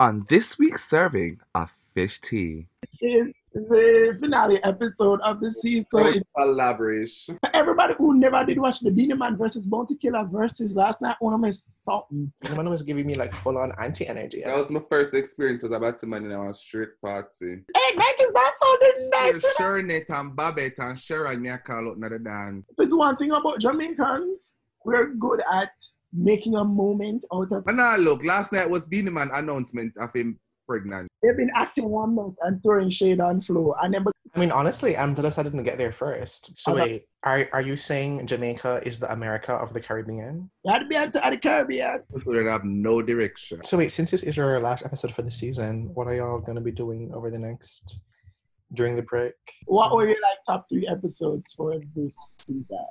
On this week's serving of fish tea, It's the finale episode of the season. If collaboration. everybody who never did watch the Beanie Man versus Bounty Killer versus last night, one of my something. One was giving me like full on anti energy. That was my first experience as a Batman in our street party. Hey, man, just that sounded nice. Yeah, Shernet and Babette and Cheryl me a call out another dance. There's one thing about Jamaicans, we're good at making a moment out of. And now look, last night was Beanie Man announcement of him pregnant. They've been acting one month and throwing shade on floor, and then I mean, honestly, I'm jealous I didn't get there first. So Okay. wait, are are you saying Jamaica is the America of the Caribbean? that'd be out to the Caribbean. So they have no direction. So wait, since this is your last episode for the season, what are y'all gonna be doing over the next during the break? What were your like top three episodes for this season?